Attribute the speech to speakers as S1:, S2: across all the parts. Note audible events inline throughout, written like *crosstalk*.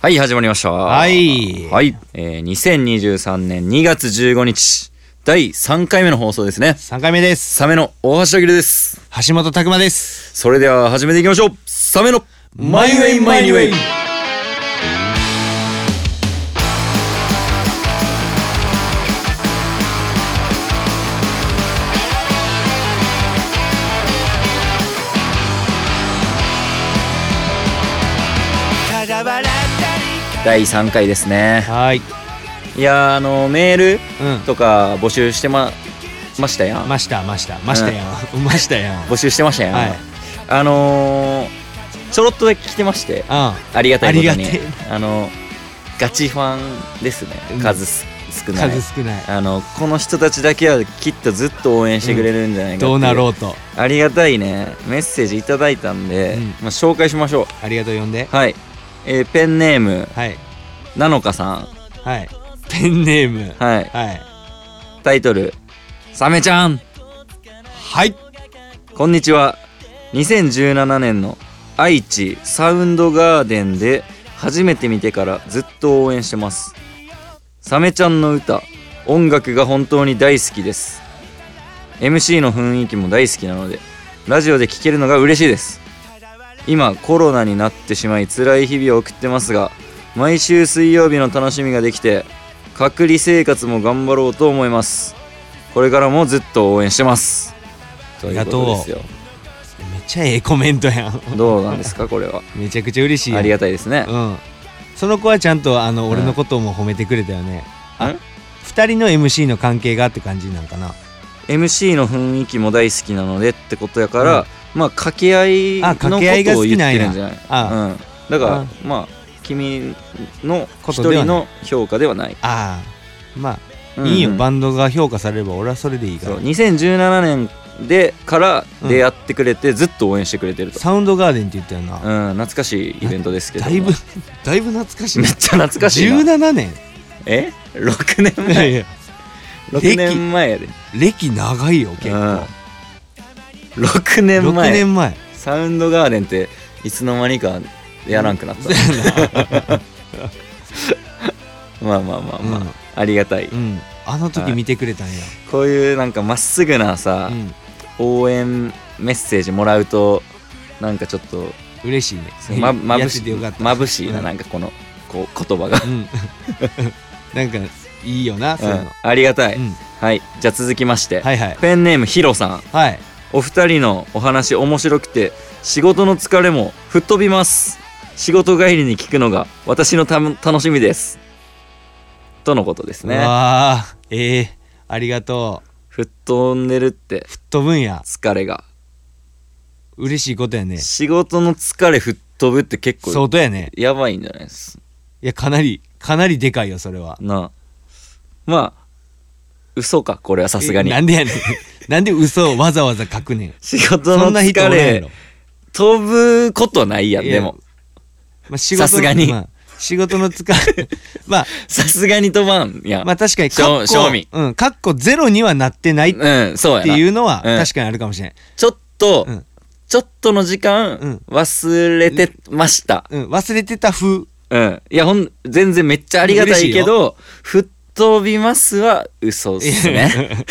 S1: はい、始まりました。はいはい。えー、2023年2月15日、第3回目の放送ですね。
S2: 3回目です。
S1: サメの大橋明です。
S2: 橋本拓馬です。
S1: それでは始めていきましょう。サメのマイウェイマイウェイ。第3回ですね。
S2: はい。
S1: いやー、あの、メール
S2: うん。
S1: とか募集してま、ましたやん。
S2: ました、ました、ましたやん。ましたやん。うん。
S1: 募集してましたやん。
S2: はい
S1: あのー、ちょろっとだけ来てまして。
S2: あ
S1: ありがたいことに
S2: ありがて
S1: あのガチファンですね
S2: うん
S1: 数す少ない
S2: 数少ない。
S1: あのこの人たちだけはきっとずっと応援してくれるんじゃないかってい
S2: どうなろうと。
S1: ありがたいねメッセージいただいたんで、
S2: うん
S1: まあ、紹介しましょ
S2: ありがとう呼んで
S1: う。はい、えーペンネーム
S2: はい。
S1: なのかさん
S2: はい。ペンネーム。
S1: はい
S2: はい。
S1: タイトル「サメちゃん
S2: はい。
S1: こんにちは2017年の愛知サウンドガーデンで初めて見てからずっと応援してますサメちゃんの歌音楽が本当に大好きです MC の雰囲気も大好きなのでラジオで聴けるのが嬉しいです今コロナになってしまい辛い日々を送ってますが毎週水曜日の楽しみができて隔離生活も頑張ろうと思いますこれからもずっと応援してますということですよ
S2: めっちゃええコメントやん。
S1: どうなんですかこれは
S2: めちゃくちゃ嬉しいやん。
S1: ありがたいですね
S2: うん。その子はちゃんと、あの、
S1: ん
S2: 俺のことも褒めてくれたよね。あ
S1: ん
S2: 二人の MC の関係がって感じなんかな。
S1: MC の雰囲気も大好きなのでってことやから、
S2: うん
S1: まあ掛け合いの
S2: あ
S1: ことを
S2: 掛
S1: 言
S2: け合
S1: ってるん
S2: い
S1: じ
S2: が
S1: ゃな
S2: 好
S1: い
S2: きなんや
S1: う
S2: あ
S1: ん、だから
S2: あ
S1: まあ君の一
S2: ことで
S1: 人
S2: はな
S1: の評価ではない
S2: ああ。まあ、
S1: うん
S2: いいよ。バンドが評価されれば俺はそれでいいか
S1: そ
S2: ら
S1: う。2017年でから出会ってくれて、ずっと応援してくれてると、
S2: サウンドガーデンって言ったよな。
S1: うん、懐かしいイベントですけど
S2: だ
S1: も
S2: いぶだいぶ懐かしい
S1: *laughs* めっ
S2: な
S1: ちゃ懐かしいな
S2: 17年
S1: え6年
S2: いや
S1: 前
S2: いや
S1: 6年前やで
S2: 歴長いよ結構、
S1: 6
S2: 六
S1: 年前
S2: 6年前
S1: サウンドガーデンっていつの間にかやらんくなった、まあまあまあまあ、
S2: うん
S1: ありがたい、
S2: うんあの
S1: は
S2: 時
S1: い
S2: 見てくれたんや、
S1: こういうなんかまっすぐなさ、
S2: うん
S1: 応援メッセージもらうとなんかちょっと
S2: 嬉しいね
S1: ままぶし
S2: やっててよかった
S1: まぶしいな、
S2: うん
S1: なんかこのこう言葉が、
S2: うんなんかいいよなそういう
S1: うん
S2: の、
S1: ありがたい、
S2: うん
S1: はいじゃあ続きまして、
S2: はいはい
S1: ペンネームヒロさん
S2: はい
S1: お二人のお話面白くて仕事の疲れも吹っ飛びます仕事帰りに聞くのが私のたの楽しみですとのことですね
S2: わあええありがとう
S1: 吹っ飛んでるって
S2: 吹っ飛ぶんや
S1: 疲れが
S2: 嬉しいことやね
S1: 仕事の疲れ吹っ飛ぶって結
S2: 相
S1: 構
S2: 当やね
S1: やばいんじゃないです
S2: いやかなりかなりでかいよそれは
S1: なあまあ嘘かこれはさすがに
S2: えなんでや *laughs* ねんなんで嘘をわざわざ書くねん
S1: 仕事
S2: そ
S1: の
S2: んな人お
S1: 疲
S2: らんや
S1: れ
S2: ろ
S1: 飛ぶことないやん
S2: いや
S1: でも
S2: まあ、仕事の
S1: さすがに
S2: まあ、仕事の使い *laughs* ま
S1: *laughs* さすがに飛ばんや
S2: あ
S1: ん、
S2: まあ確かに
S1: しょ
S2: カッコ
S1: 賞味
S2: うんカッコゼロにはなってないっ
S1: うんそうや
S2: て
S1: な
S2: いうのは
S1: うん
S2: 確かにあるかもしれない、
S1: ちょっと、
S2: うん
S1: ちょっとの時間、
S2: うん
S1: 忘れてました
S2: うん、忘れてた風
S1: うんいやほん全然めっちゃありがたいけど吹っ飛びますは嘘っすね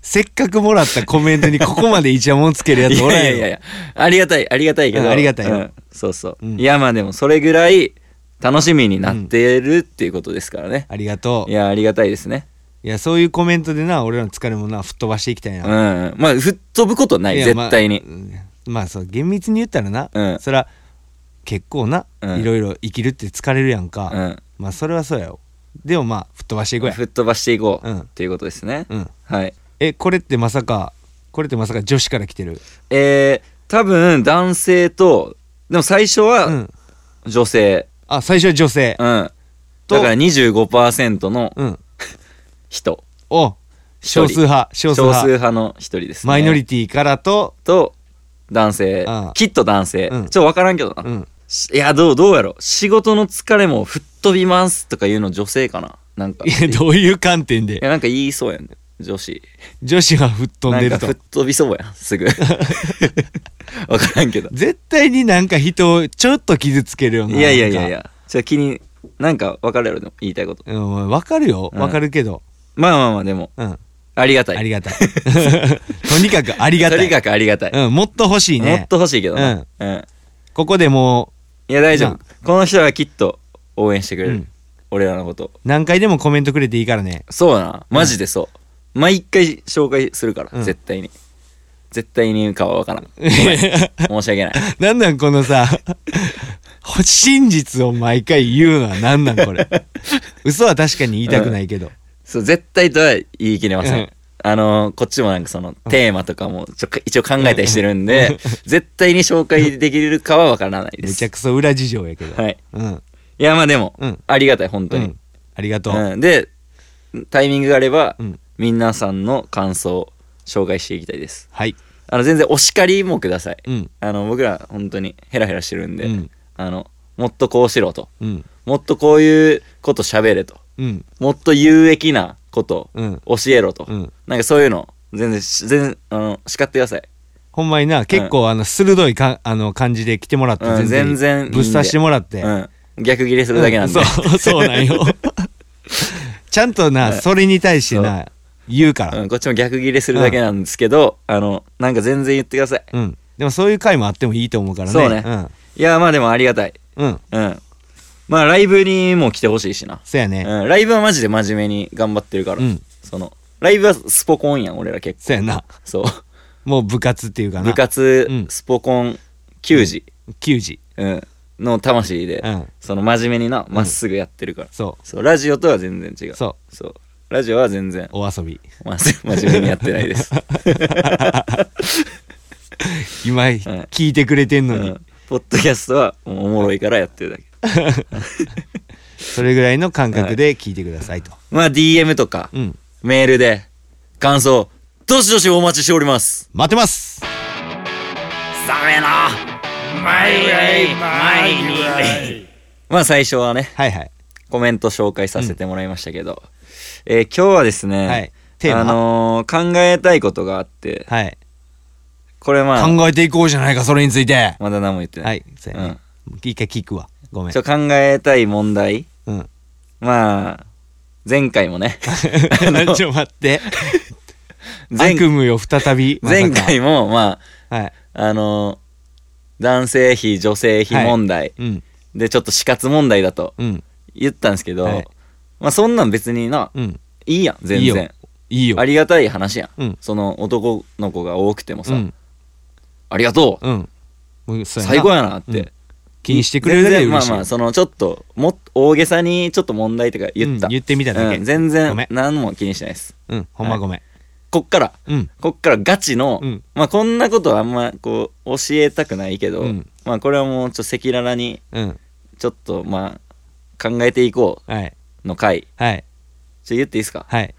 S2: せっかくもらったコメントにここまでイチャモンつけるや
S1: い
S2: つおらん
S1: や
S2: や
S1: い
S2: ろ
S1: やいやありがたいありがたいけど、
S2: うんありがたいよ
S1: うんそうそう、
S2: うん
S1: いやまあでもそれぐらい楽しみになってるっていうことですからね、
S2: ありがとう
S1: い
S2: いや
S1: やありがたいですね
S2: そういうコメントでな俺らの疲れもな吹っ飛ばしていきたい
S1: う
S2: な、
S1: ん、まあ吹っ飛ぶことない
S2: いや
S1: 絶対に、
S2: まあうんまあそう厳密に言ったらな、
S1: うん
S2: そら結構な、
S1: うん
S2: いろいろ生きるって疲れるやんか、
S1: うん
S2: まあそれはそうやよでもまあ吹っ飛ばしていこうや
S1: 吹っ飛ばしていこう、
S2: うん
S1: っていうことですね、
S2: うん
S1: はい
S2: えこれってまさかこれってまさか女子から来てる
S1: えー、多分男性とでも最初
S2: う
S1: は
S2: ん
S1: 女性
S2: あ最初は女性
S1: うん、
S2: と
S1: だから25%の
S2: うん
S1: 人
S2: お少数派少数派
S1: 派の一人ですね
S2: マイノリ
S1: テ
S2: ティからと
S1: ィと男性、
S2: うん
S1: きっと男性、
S2: うん
S1: ちょっと分からんけどな、
S2: うん
S1: しいやどうどうやろ仕事の疲れも吹っ飛びますとか言うの女性かななんか
S2: いやどういう観点
S1: いや
S2: で
S1: なんか言いそうやん、ね、女子
S2: 女子は吹っ飛んでると *laughs*
S1: なんか吹っ飛びそうやんすぐ分からんけど
S2: 絶対になんか人をちょっと傷つけるよ
S1: い
S2: な
S1: やいやいやい
S2: や
S1: やちょっと気になんか分かるやろでも言いたいこと
S2: うん、わかるよ
S1: うん
S2: わかるけど、
S1: まあまあまあでも
S2: うん
S1: ありがたい
S2: ありがたい *laughs* とにかくありがた
S1: と
S2: い
S1: にかくありがたい、
S2: うん、もっと欲しい
S1: もっ
S2: ね
S1: と欲しいけどなうん、
S2: ここでも
S1: いや大丈
S2: な
S1: 夫この人はきっと応援してくれる、
S2: うん
S1: 俺らのこと
S2: う何回でもコメントくれていいからね *laughs*
S1: そうだなマジでそう、毎回紹介するから、
S2: うん
S1: 絶対に絶対に言うかは分か
S2: *laughs*
S1: らん申し訳ない
S2: なんなんこのさ真実を毎回言うのはなんなんこれ嘘は確かに言いたくないけど、
S1: そう絶対とは言い切れません、
S2: うん
S1: あのーこっちもなんかそのテーマとかもちょ一応考えたりしてるんで、 *laughs* 絶対に紹介できるかは分からないで
S2: め
S1: す
S2: ちゃくそ裏事情やけど、
S1: はい
S2: うん
S1: いやまあでも、
S2: うん
S1: ありがたい本当
S2: う
S1: に
S2: ん、ありがとう、
S1: うん、でタイミングがあれば、
S2: うん
S1: 皆さんの感想を紹介していきたいです
S2: はい
S1: あの全然お叱りもください、
S2: うん
S1: あの僕ら本当にヘラヘラしてるんで、
S2: うん
S1: あのもっとこうしろと
S2: うん
S1: もっとこういうこと喋れと
S2: うん
S1: もっと有益なこと
S2: うん
S1: 教えろと、
S2: うん
S1: なんかそういうの全然し全然あの叱ってください
S2: ほんまにな結構あの鋭いかあの感じで来てもらって
S1: うん
S2: いい
S1: 全然いいんで
S2: ぶっ刺してもらって、
S1: うん、逆切れするだけなんで、
S2: うそうそうなんよ *laughs* ちゃんとな、
S1: はい
S2: それに対してな言うか
S1: *laughs*
S2: ら
S1: うんこっちも逆切れするだけなんですけど、あのなんか全然言ってください
S2: うん、でもそういう回もあってもいいと思うからね
S1: そうねいやまあでもありがたい
S2: うん、うん、
S1: うんまあライブにも来てほしいしな、
S2: そうやね
S1: うん、ライブはマジで真面目に頑張ってるから、
S2: うん
S1: そのライブはスポコンやん俺ら結構
S2: そうやな
S1: そう
S2: もう部活っていうかな
S1: 部活、
S2: うん
S1: スポコン球児、
S2: 球児
S1: うん、の魂で、
S2: うん
S1: その真面目になまっすぐやってるから、
S2: そ
S1: そうラジオとは全然違う
S2: うそう
S1: そうラジオは全然
S2: うお遊び
S1: ま真面目にやってない
S2: *laughs*
S1: です、
S2: 今聞いてくれてん
S1: う
S2: のに、
S1: ん、ポッドキャストはもうおもろいからやって
S2: *laughs*
S1: るだけ
S2: それぐらいの感覚で聞いてくださいと、
S1: まあ DM とか、
S2: うん
S1: メールで感想どしどしお待ちしております
S2: 待ってます
S1: ダメな前へ前にまあ最初はね
S2: はいはい
S1: コメント紹介させてもらいましたけど、えー今日はですね、
S2: はいテーマ
S1: あのー考えたいことがあって
S2: はい
S1: これまあ
S2: 考えていこうじゃないかそれについて
S1: まだ何も言ってな、
S2: はいいそうやね、一回聞くわごめん
S1: ちょ考えたい問題
S2: うん
S1: まあ前回も
S2: *laughs*
S1: ね
S2: ちょ待って
S1: 前
S2: 悪夢よ再びまさか
S1: 前回もま
S2: はい
S1: ああのー男性比女性比問題、
S2: うん
S1: でちょっと死活問題だと
S2: うん
S1: 言ったんですけど、
S2: はい
S1: まあそんなん別にな
S2: うん
S1: いいやん全然
S2: いいよいいよ
S1: ありがたい話やん、
S2: うん
S1: その男の子が多くてもさ、
S2: うん
S1: ありがとう、
S2: うんもうそうやな
S1: 最高やなって、
S2: うん気にしてくれるだけで
S1: 全然ま
S2: 嬉
S1: あ
S2: しい
S1: まあそのちょっともっ大げさにちょっと問題とか言った、
S2: うん言ってみただけ
S1: うん全
S2: ご
S1: 然
S2: めん
S1: 何も気にしないです
S2: うんほんまごめん
S1: こっから
S2: うん
S1: こっからガチの、
S2: うん
S1: まあこんなことはあんまこう教えたくないけど、
S2: うん
S1: まあこれはもうちょっと赤裸々に
S2: うん
S1: ちょっとまあ考えていこ
S2: はい。
S1: うの回
S2: はい。
S1: ちょ言っていいですか
S2: はい。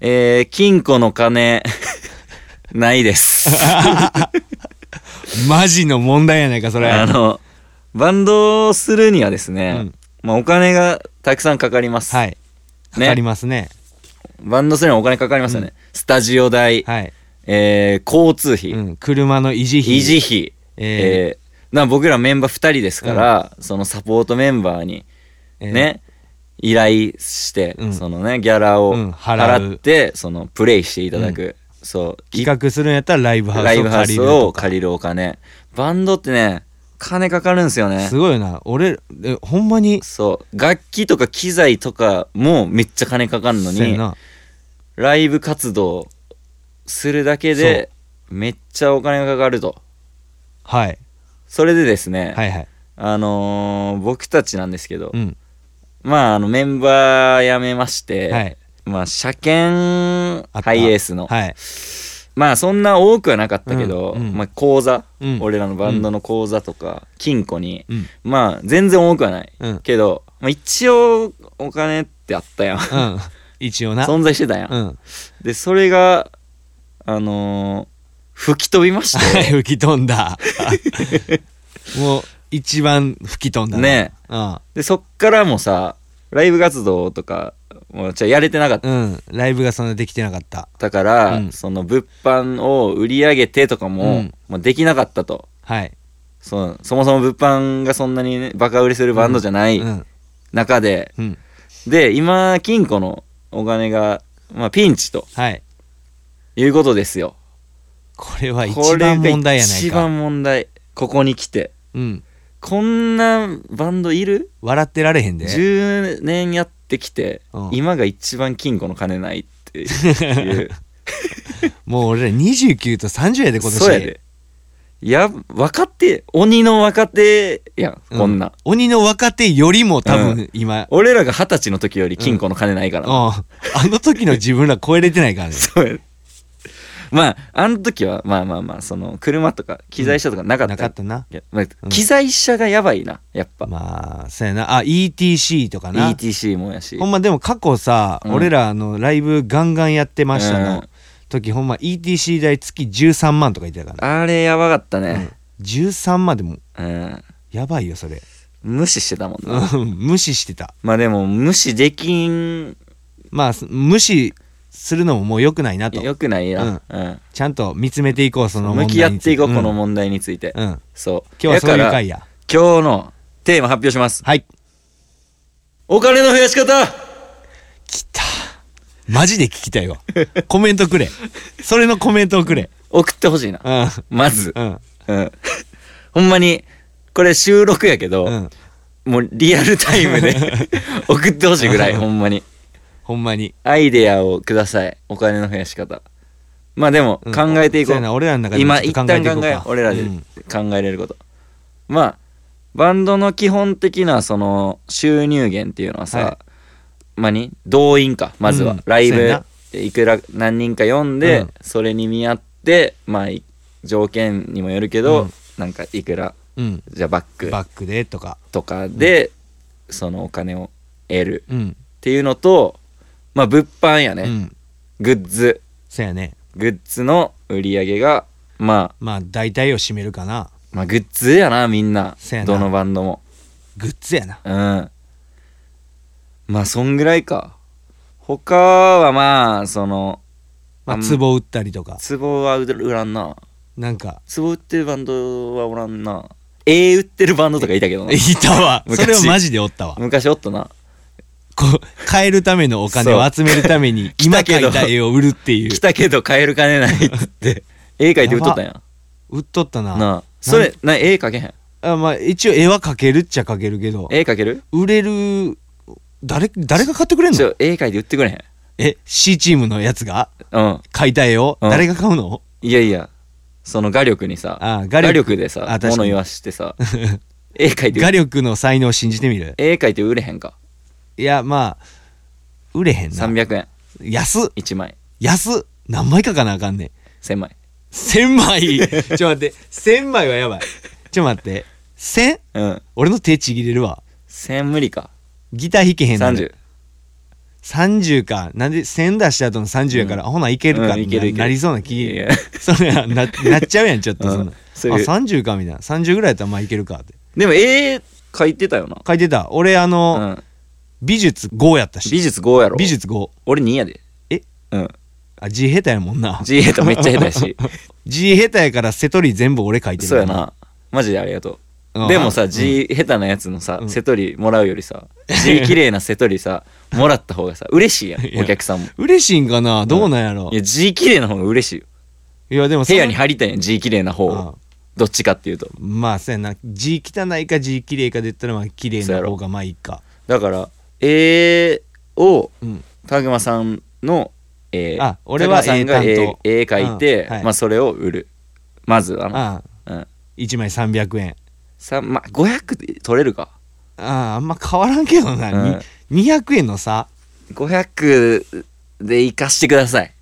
S1: えー、金庫の金 *laughs* ない
S2: *laughs*
S1: です
S2: マジの問題やないか、それ。
S1: あの、バンドをするにはですね、
S2: うん
S1: まあお金がたくさんかかります。
S2: はい。かかりますね。
S1: バンドするにはお金かかりますよね。スタジオ代、
S2: はい。
S1: えー、交通費、
S2: うん。車の維持費。
S1: 維持費、
S2: え
S1: え
S2: ー
S1: ーな僕らメンバー2人ですから、そのサポートメンバーに
S2: えー
S1: ね、依頼して、
S2: うん
S1: そのね、ギャラを
S2: うん払う
S1: 払って、そのプレイしていただく、そう、
S2: 企画するんやったらライブハウスを
S1: ライブハウスを借
S2: り
S1: りるお金。バンドってね、金かかるんですよ
S2: ると
S1: ね
S2: か。すごいな。俺、えほんまに、
S1: そう楽器とか機材とかもめっちゃ金かかんの
S2: せや
S1: に
S2: な
S1: ライブ活動するだけでめっちゃお金がかかると
S2: はい。
S1: それでですね、
S2: はいはい。
S1: あのー僕たちなんですけど、
S2: うん。
S1: まああのメンバー辞めまして、
S2: はい。
S1: まあ車検
S2: あった
S1: ハイエースの、
S2: はい。
S1: まあそんな多くはなかったけど、
S2: うんうん
S1: まあ口座、
S2: うん
S1: 俺らのバンドの口座とか金庫に、
S2: うん。
S1: まあ全然多くはない、
S2: うん
S1: けど、まあ、一応お金ってあったやん
S2: うん。一応
S1: *laughs*
S2: な。
S1: 存在してたやん、
S2: うん。
S1: でそれがあのー吹き飛びまし
S2: *laughs*
S1: て
S2: 吹き飛
S1: *laughs*
S2: んだ。もう、一番吹き飛んだな。
S1: ね
S2: うん。
S1: でそっからもさライブ活動とかもうじゃあやれてなかっ
S2: うんライブがそんなできてなかった
S1: たから、
S2: うん
S1: その物販を売り上げてとかも、
S2: うん
S1: もうできなかったと
S2: はい
S1: そそもそも物販がそんなにねバカ売れするバンドじゃない
S2: うん
S1: 中で、
S2: うん
S1: で今金庫のお金が、まあ、ピンチと
S2: はい
S1: いうことですよ
S2: これは一
S1: これ
S2: 番
S1: が
S2: 問題やない
S1: 一
S2: か
S1: 番問題ここに来て
S2: うん
S1: こんなバンドいる
S2: 笑ってられへんで
S1: ?10 年やってきて、
S2: うん
S1: 今が一番金庫の金ないっていう
S2: *laughs* もう俺ら29と30やで今年
S1: そうやでいや若手鬼の若手やん
S2: うん
S1: こんな、
S2: 鬼の若手よりも多
S1: う
S2: 分今、
S1: 俺らが二十歳の時より金庫の金ないか
S2: うん、
S1: ら、
S2: あの時の自分ら超えれてないからね
S1: そうやでまああの時はまあまあまあその車とか機材車とかなかった,、
S2: なかったない
S1: やまあ、機材車がやばいなやっぱ、
S2: まあそうやなあ ETC とかな
S1: ETC もやし
S2: ほんまでも過去さ、
S1: うん
S2: 俺らあのライブガンガンやってましたの、
S1: うん
S2: 時ほんま ETC 代月13万とか言ってたから
S1: あれやばかった
S2: ね
S1: ね、
S2: 13万でも
S1: うん
S2: やばいよそれ、
S1: 無視してたもんな、
S2: うん *laughs* 無視してた
S1: まあでも無視できん
S2: まあす無視するのももう良くないなと
S1: よくないな、うん
S2: ちゃんと見つめていこうその問題
S1: 向
S2: に
S1: き合っていこう、
S2: つ
S1: この問題について、
S2: うん、うん、今
S1: そう
S2: 日はそう
S1: だ
S2: いう
S1: から
S2: 回や
S1: 今日のテーマ発表します
S2: はい
S1: お金の増やし方
S2: 来たマジで聞きたいわコメントくれそれのコメントをくれ
S1: 送ってほしいな、
S2: うん
S1: まず、
S2: うん
S1: うん、ほんまにこれ収録やけど、
S2: うん
S1: もうリアルタイム
S2: *laughs*
S1: で送ってほしいぐらいほんまに
S2: ほんまに
S1: アイデアをくださいお金の増やし方まあでも
S2: うん
S1: 考えていこ
S2: そう
S1: う,、
S2: やな俺らの中でも
S1: 今
S2: ち
S1: 一
S2: ょっと
S1: 旦
S2: 考
S1: 考
S2: えていこうか
S1: えよう俺らで
S2: うん
S1: 考えれること、まあバンドの基本的なその収入源っていうのはさ、
S2: は
S1: まあに動員かまずは、
S2: うん
S1: ライ
S2: そうや
S1: ブ
S2: な
S1: でいくら何人か読んで、
S2: うん
S1: それに見合ってまあい条件にもよるけど、
S2: うん
S1: なんかいくら
S2: うん
S1: じゃあバック
S2: バックでとか
S1: とかで、そのお金を得る
S2: うん
S1: っていうのとまあ物販やね、
S2: うん
S1: グッズ
S2: そうやね
S1: グッズの売り上げがま
S2: まあ大体を占めるかな
S1: あまあグッズやなみんな
S2: せやな
S1: どのバンドも
S2: グッズやな
S1: うんまあそんぐらいか他はまあその
S2: ま
S1: あ
S2: あ
S1: ん
S2: 壺売ったりとか
S1: 壺は売らんな
S2: なんか
S1: 壺売ってるバンドはおらんな絵売ってるバンドとかいたけどない
S2: たわ
S1: *laughs* 昔
S2: それはマジでおったわ
S1: 昔おったな
S2: こう買えるためのお金を集めるた
S1: *laughs*
S2: めに今
S1: たけど
S2: 描いた絵を売るっていう
S1: 来たけど買える金
S2: *laughs*
S1: ないっつって絵描いて売っとったんや
S2: 売っとったな
S1: なあそれな絵描けへん
S2: あまあ一応絵は描けるっちゃ描けるけど
S1: 絵描ける
S2: 売れる誰誰が買ってくれん
S1: ち
S2: の
S1: ょ絵描いて売ってくれへん
S2: え C チームのやつが
S1: うん
S2: 買いたいを、
S1: うん
S2: 誰が買うの
S1: いやいやその画力にさ
S2: あ画
S1: 画力
S2: 力
S1: でさ
S2: あ確かに
S1: 物言わして
S2: *laughs*
S1: さ絵描いて
S2: 画力の才能を信じてみる
S1: 絵描いて売れへんか
S2: いやまあ売れへんな
S1: 300円
S2: 安っ
S1: 1枚
S2: 安っ何枚かかなあかんねん
S1: 1000枚
S2: 1000
S1: *laughs*
S2: 枚ちょっと待って1000枚はやばいちょっと待って1000
S1: うん
S2: 俺の手ちぎれるわ
S1: 1000無理か
S2: ギター弾けへんの
S1: 30
S2: 30かなんで1000出した後の30やから、ほないけるか、
S1: うんいけるいける
S2: なりそうな気
S1: いや
S2: それはななっちゃうやんちょっとそん
S1: う、
S2: なん
S1: そういう
S2: あ30かみたいな30ぐらいやったらまあいけるかって
S1: でも絵描いてたよな
S2: 書いてた俺あの、
S1: うん
S2: 美術5やったし
S1: 美術5やろ
S2: 美術5
S1: 俺2やで
S2: え
S1: うん
S2: あ字下手やもんな
S1: G ヘタめっちゃ下手やし
S2: *laughs* 字下手やからセトリ全部俺書いてる
S1: そうやなマジでありがと
S2: う
S1: うんでもさ G 下手なやつのさ
S2: うん
S1: 瀬戸りもらうよりさ
S2: *laughs*
S1: G 綺麗な瀬戸りさもらった方がさ嬉しいや
S2: いや
S1: んお客さんも
S2: 嬉しいんかなどうなんやろ、
S1: いや G 綺麗な方が嬉しいよ
S2: いやでもそ
S1: 部
S2: の
S1: 屋に入りたいやん G 綺麗な方をどっちかっていうと
S2: うんまあそうやな字汚いか字綺麗かで言ったらまあ綺麗
S1: そう
S2: な
S1: やろ
S2: 方がまあいいか
S1: だから絵を
S2: うん
S1: 田熊さんの絵
S2: あ俺は
S1: 田熊さんが
S2: 絵担
S1: 絵
S2: 当
S1: 絵描いて、
S2: うんはい
S1: まあ、それを売るまずはな、
S2: あ
S1: う
S2: あ
S1: ん
S2: 1枚300円
S1: さまあ、500取れるか
S2: あああんま変わらんけどな、
S1: うん
S2: に200円のさ
S1: 500で生かしてください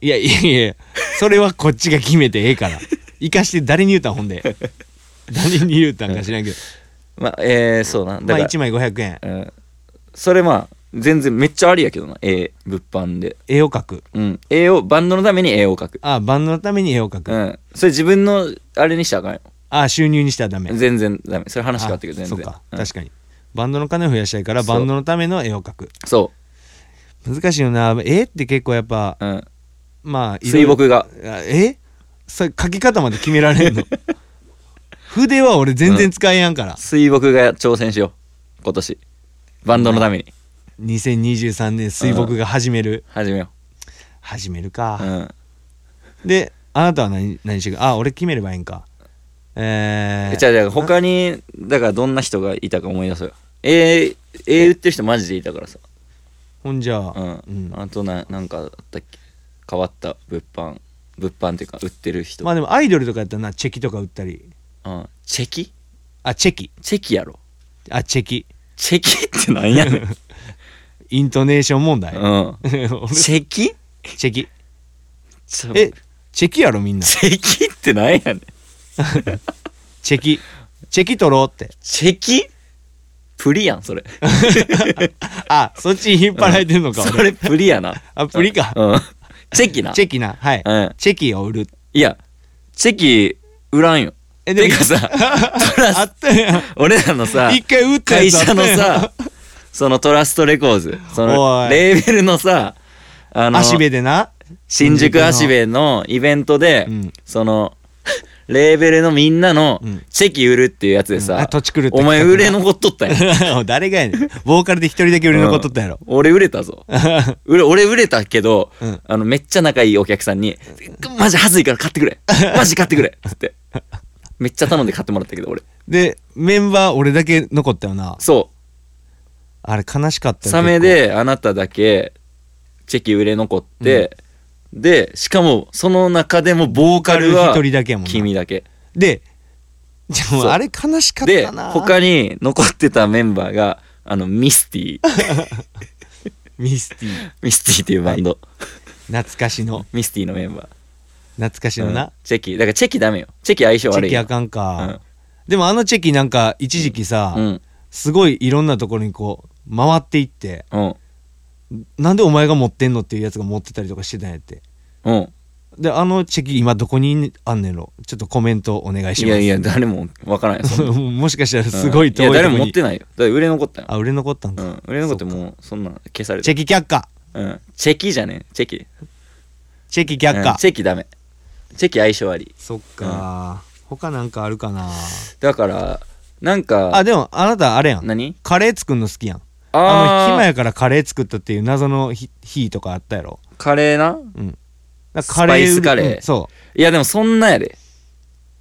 S2: いやいやいやそれはこっちが決めてええから生かして誰に言うたんほんで
S1: *laughs*
S2: 誰に言うたんか知らんけど
S1: まあえー、そうな
S2: ま
S1: だ
S2: あ
S1: から、
S2: 1枚500円
S1: うん、それまあ全然めっちゃありやけどな絵物販で、
S2: 絵を描く
S1: うん、絵をバンドのために絵を描く、
S2: あバンドのために絵を描く、
S1: うん、それ自分のあれにしたらあかんよ
S2: あ収入にしたらダメ
S1: 全然ダメそれ話変わったけど
S2: あ
S1: 全然
S2: そうか、
S1: うん
S2: 確かにバンドの金を増やしたいから
S1: そう
S2: バンドのための絵を描く
S1: そう
S2: 難しいよな絵って結構やっぱ
S1: うん、
S2: まあいろい
S1: 水
S2: ろ
S1: 墨画
S2: あえさ書き方まで決められんの *laughs* 筆は俺全然使えやんから、
S1: 水墨画挑戦しよう今年バンドのために
S2: 2023年水墨が始める、
S1: 始めよ
S2: 始める
S1: う、う
S2: か、
S1: ん、
S2: であなたは何何してるあ俺決めればいいんかえ
S1: え
S2: ー、
S1: じゃあじゃあ他にだからどんな人がいたか思い出そうよ絵絵売ってる人マジでいたからさ
S2: ほんじゃあ、
S1: う
S2: うん
S1: ん、あとななんかあったっけ変わった物販物販っていうか売ってる人、
S2: まあでもアイドルとかやったらなチェキとか売ったり
S1: うん、チェキ
S2: あチェキ
S1: チェキやろ
S2: あチェキ
S1: チェキってなんやねん、
S2: *laughs*
S1: うん、
S2: イントネーション問題、
S1: チ
S2: *laughs* 俺チ
S1: ェキ
S2: ェキ
S1: ちょ
S2: *laughs* えチェキやろ
S1: *laughs*
S2: みんな
S1: チェキってなんやねん
S2: チェキチェキ取ろうって
S1: チェキプリやんそれ
S2: あそっちに引っ張られてんのか、
S1: そ
S2: 俺
S1: れプリやな
S2: あ *laughs* プリか、
S1: うんチェキな
S2: チェキなはい、
S1: うん
S2: チェキを売る
S1: いやチェキ売らんよ
S2: え
S1: てかさ
S2: *laughs*
S1: トラ
S2: あ
S1: ス
S2: ったやん
S1: 俺らのさ
S2: 一回打ったや
S1: 会
S2: つあっ
S1: 社
S2: た
S1: の
S2: やん
S1: さそのトラストレコーズそ
S2: お
S1: の
S2: い
S1: レーベルのさあの
S2: 足部でな
S1: 新宿足部のイベントで、
S2: うん
S1: そのレーベルのみんなの
S2: うん
S1: チェキ売るっていうやつで
S2: うん
S1: さ
S2: あ、土地狂った
S1: お前売れ残っとった
S2: *laughs*
S1: やん
S2: 誰がやねんボーカルで一人だけ売れ残っとったやろ、
S1: うん俺売れたぞ売れ俺売れたけど、
S2: うん
S1: あのめっちゃ仲いいお客さんに「マジ恥ずいから買ってくれマジ買ってくれ」っつってめっちゃ頼んで買ってもらったけど俺
S2: でメンバー俺だけ残ったよな
S1: そ
S2: あれ悲しかっ
S1: う
S2: たよ
S1: サメであなただけチェキ売れ残って、でしかもその中でもボーカルは
S2: ボーカル一人だけやもんな
S1: 君だけ
S2: でじゃあもう
S1: そう
S2: あれ悲しかっ
S1: で
S2: たな
S1: 他に残ってたメンバーがあのミスティ
S2: ミスティ
S1: *laughs* ミスティっていうバンド、
S2: 懐かしの
S1: ミスティのメンバー
S2: 懐かしのな、
S1: うんチェキだからチェキダメよチェキ相性
S2: チ
S1: 悪
S2: ェ
S1: い
S2: キ
S1: よ
S2: あかんか、でもあのチェキなんか一時期さ、
S1: うん
S2: すごいいろんなところにこう回っていって
S1: うん
S2: なんでお前が持ってんのっていうやつが持ってたりとかしてたんやって
S1: うん
S2: であのチェキ今どこにあんねんろちょっとコメントお願いし
S1: い
S2: ま
S1: や
S2: す
S1: いや誰もわからんよそんな
S2: *laughs* もしかしたらすごい遠い
S1: うん
S2: と
S1: い
S2: こ
S1: や誰
S2: に、
S1: も持ってないよだって売れ残ったよ
S2: あ売れ残ったん
S1: う
S2: か、
S1: ん売れ残ってもうそんなの消され
S2: チ
S1: て
S2: ェキ却下
S1: うんチェキじゃねえチェキ
S2: チェキ却下、
S1: うんチェキダメチェキ相性悪い
S2: そっか、他なんかあるかな
S1: だからなんか
S2: あでもあなたあれやん
S1: 何
S2: カレー作んの好きやん
S1: あー
S2: あの暇やからカレー作ったっていう謎の日日とかあったやろ
S1: カレーな
S2: だからカレー
S1: スパイスカレー
S2: うんそ
S1: いやでもそんなやで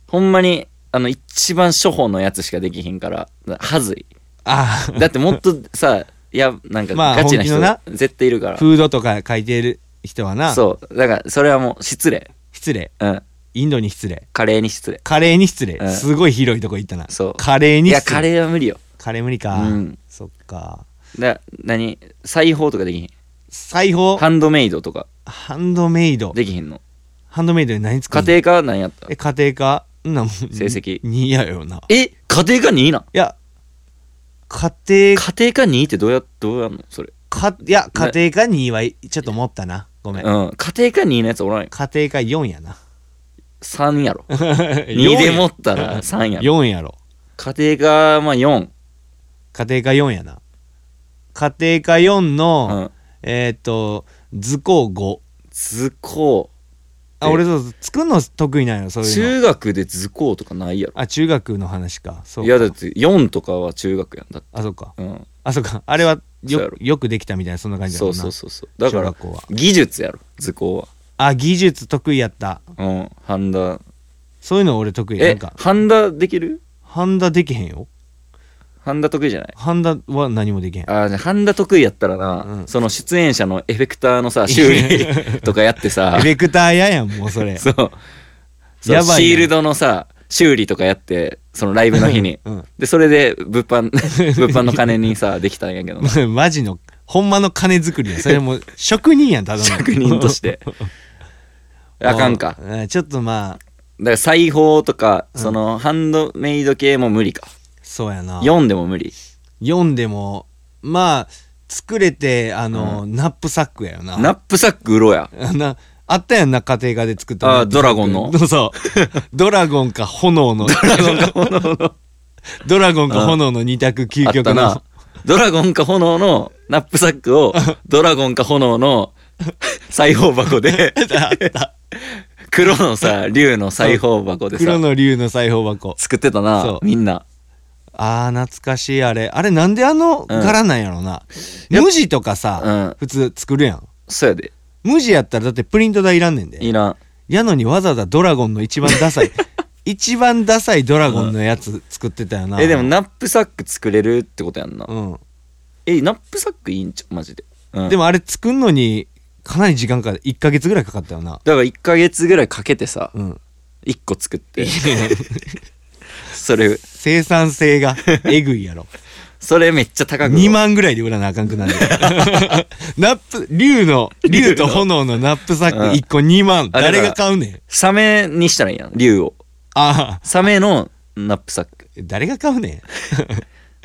S1: ほんまにあの一番初歩のやつしかできひんからはずいう
S2: あ
S1: だってもっとさいやなんか
S2: まあ
S1: ガチな
S2: 本気の
S1: 人
S2: な
S1: 絶対いるから
S2: *laughs* フードとか書いてる人はな
S1: そうだからそれはもう失礼
S2: 失礼
S1: うん
S2: インドに失礼
S1: カレーに失礼
S2: カレーに失礼、
S1: うん
S2: すごい広いとこ行ったな
S1: そう
S2: カレーに
S1: いや
S2: 失礼
S1: カレーは無理よ
S2: カレー無理か、
S1: うん
S2: そっか
S1: だ何裁縫とかできひん
S2: 裁縫
S1: ハンドメイドとか
S2: ハンドメイド
S1: できひんの
S2: ハンドメイドで何作
S1: 家
S2: るの
S1: 庭科は何やった
S2: え家庭科んなもん
S1: 成績
S2: にやよな
S1: え家庭科2位なん
S2: いや家庭
S1: 家庭科2位ってどうやどうやんのそれ
S2: かいや家庭科2はいちょっと思ったなご
S1: う
S2: め
S1: ん
S2: ん、
S1: 家庭科2位のやつおらんよ
S2: 家庭科4やな
S1: 3や
S2: *laughs*
S1: ろ
S2: 2
S1: 2で持ったら3やろ
S2: 4やろ
S1: 家庭科まあ4
S2: 家庭科4やな家庭科4
S1: う
S2: の、
S1: ん
S2: えーっ、と図工5
S1: 図工
S2: あ
S1: え
S2: 俺そう作るの得意なんよそういうの
S1: 中学で図工とかないやろ
S2: あ中学の話かそう
S1: い
S2: か
S1: やだって4とかは中学やんだって
S2: あそっか
S1: うん
S2: あそっかあれは
S1: そうや
S2: よ
S1: ろ
S2: よくできたみたいなそんな感じだ
S1: そ
S2: も
S1: うん
S2: な
S1: そうそうそうだか
S2: 小
S1: ら
S2: 学校は
S1: 技術やろ図工は
S2: あ技術得意やった
S1: うんハンダ
S2: そういうの俺得意な
S1: え
S2: んか
S1: ハンダできる
S2: ハンダできへんよ
S1: ハンダ得意じゃない
S2: ハンダは何もできへん
S1: あーじゃあハンダ得意やったらな、
S2: うん
S1: その出演者のエフェクターのさ修
S2: *laughs*
S1: 理とかやってさ
S2: エフェクターややんもうそ
S1: *laughs*
S2: れ
S1: そうそう
S2: やばいな
S1: シールドのさ修理とかやってそのライブの日に
S2: うん *laughs*
S1: でそれで物販 *laughs* 物販の金にさできたんやけどな
S2: マジのほんまの金作りやそれもう職人やんただの
S1: 職人としてあかんか
S2: *laughs* もううんちょっとまあ
S1: だから裁縫とか、そのハンドメイド系も無理か
S2: そうやな
S1: 4でも無理
S2: 読んでもまあ作れてあの、ナップサックやよな
S1: ナップサック売ろうや
S2: あ *laughs* なあったやんな家庭科で作った
S1: あドラゴンの
S2: *laughs* そうドラゴンか *laughs* 炎のドラゴンか炎のドラゴンか炎の二択究極
S1: あった
S2: の
S1: なドラゴンか炎のナップサック
S2: *laughs*
S1: を、ドラゴンか炎の裁縫箱
S2: *laughs*
S1: で、黒のさ、竜の裁縫箱で
S2: 黒
S1: さ、
S2: の竜の裁縫箱
S1: 作ってた
S2: そ
S1: な、
S2: う
S1: みんな。
S2: あー懐かしいあれあれなんであの柄なんやろな、無地とかさ、
S1: うん
S2: 普通作るやん
S1: そうやで。
S2: 無地やったらだってプリント代いらんねんで
S1: いらん。
S2: やのにわざわざドラゴンの一番ダ
S1: *laughs*
S2: サい一番ダサいドラゴンのやつ作ってたよな、
S1: え、でもナップサック作れるってことやんな。
S2: うん
S1: え、ナップサックいいんちゃうマジで。うん
S2: でもあれ作んのにかなり時間かかる1ヶ月ぐらいかかったよな
S1: だから1ヶ月ぐらいかけてさ、
S2: うん
S1: 1個作って。それ、
S2: 生産性がえぐいやろ
S1: それめっちゃ高く。
S2: 2万ぐらいで売らなあかんくなる *laughs* ナップ竜の竜と炎のナップサック1個2万
S1: あだから
S2: 誰が買うねん
S1: サメにしたらいいやん、竜を。
S2: ああ
S1: サメのナップサック。
S2: 誰が買うね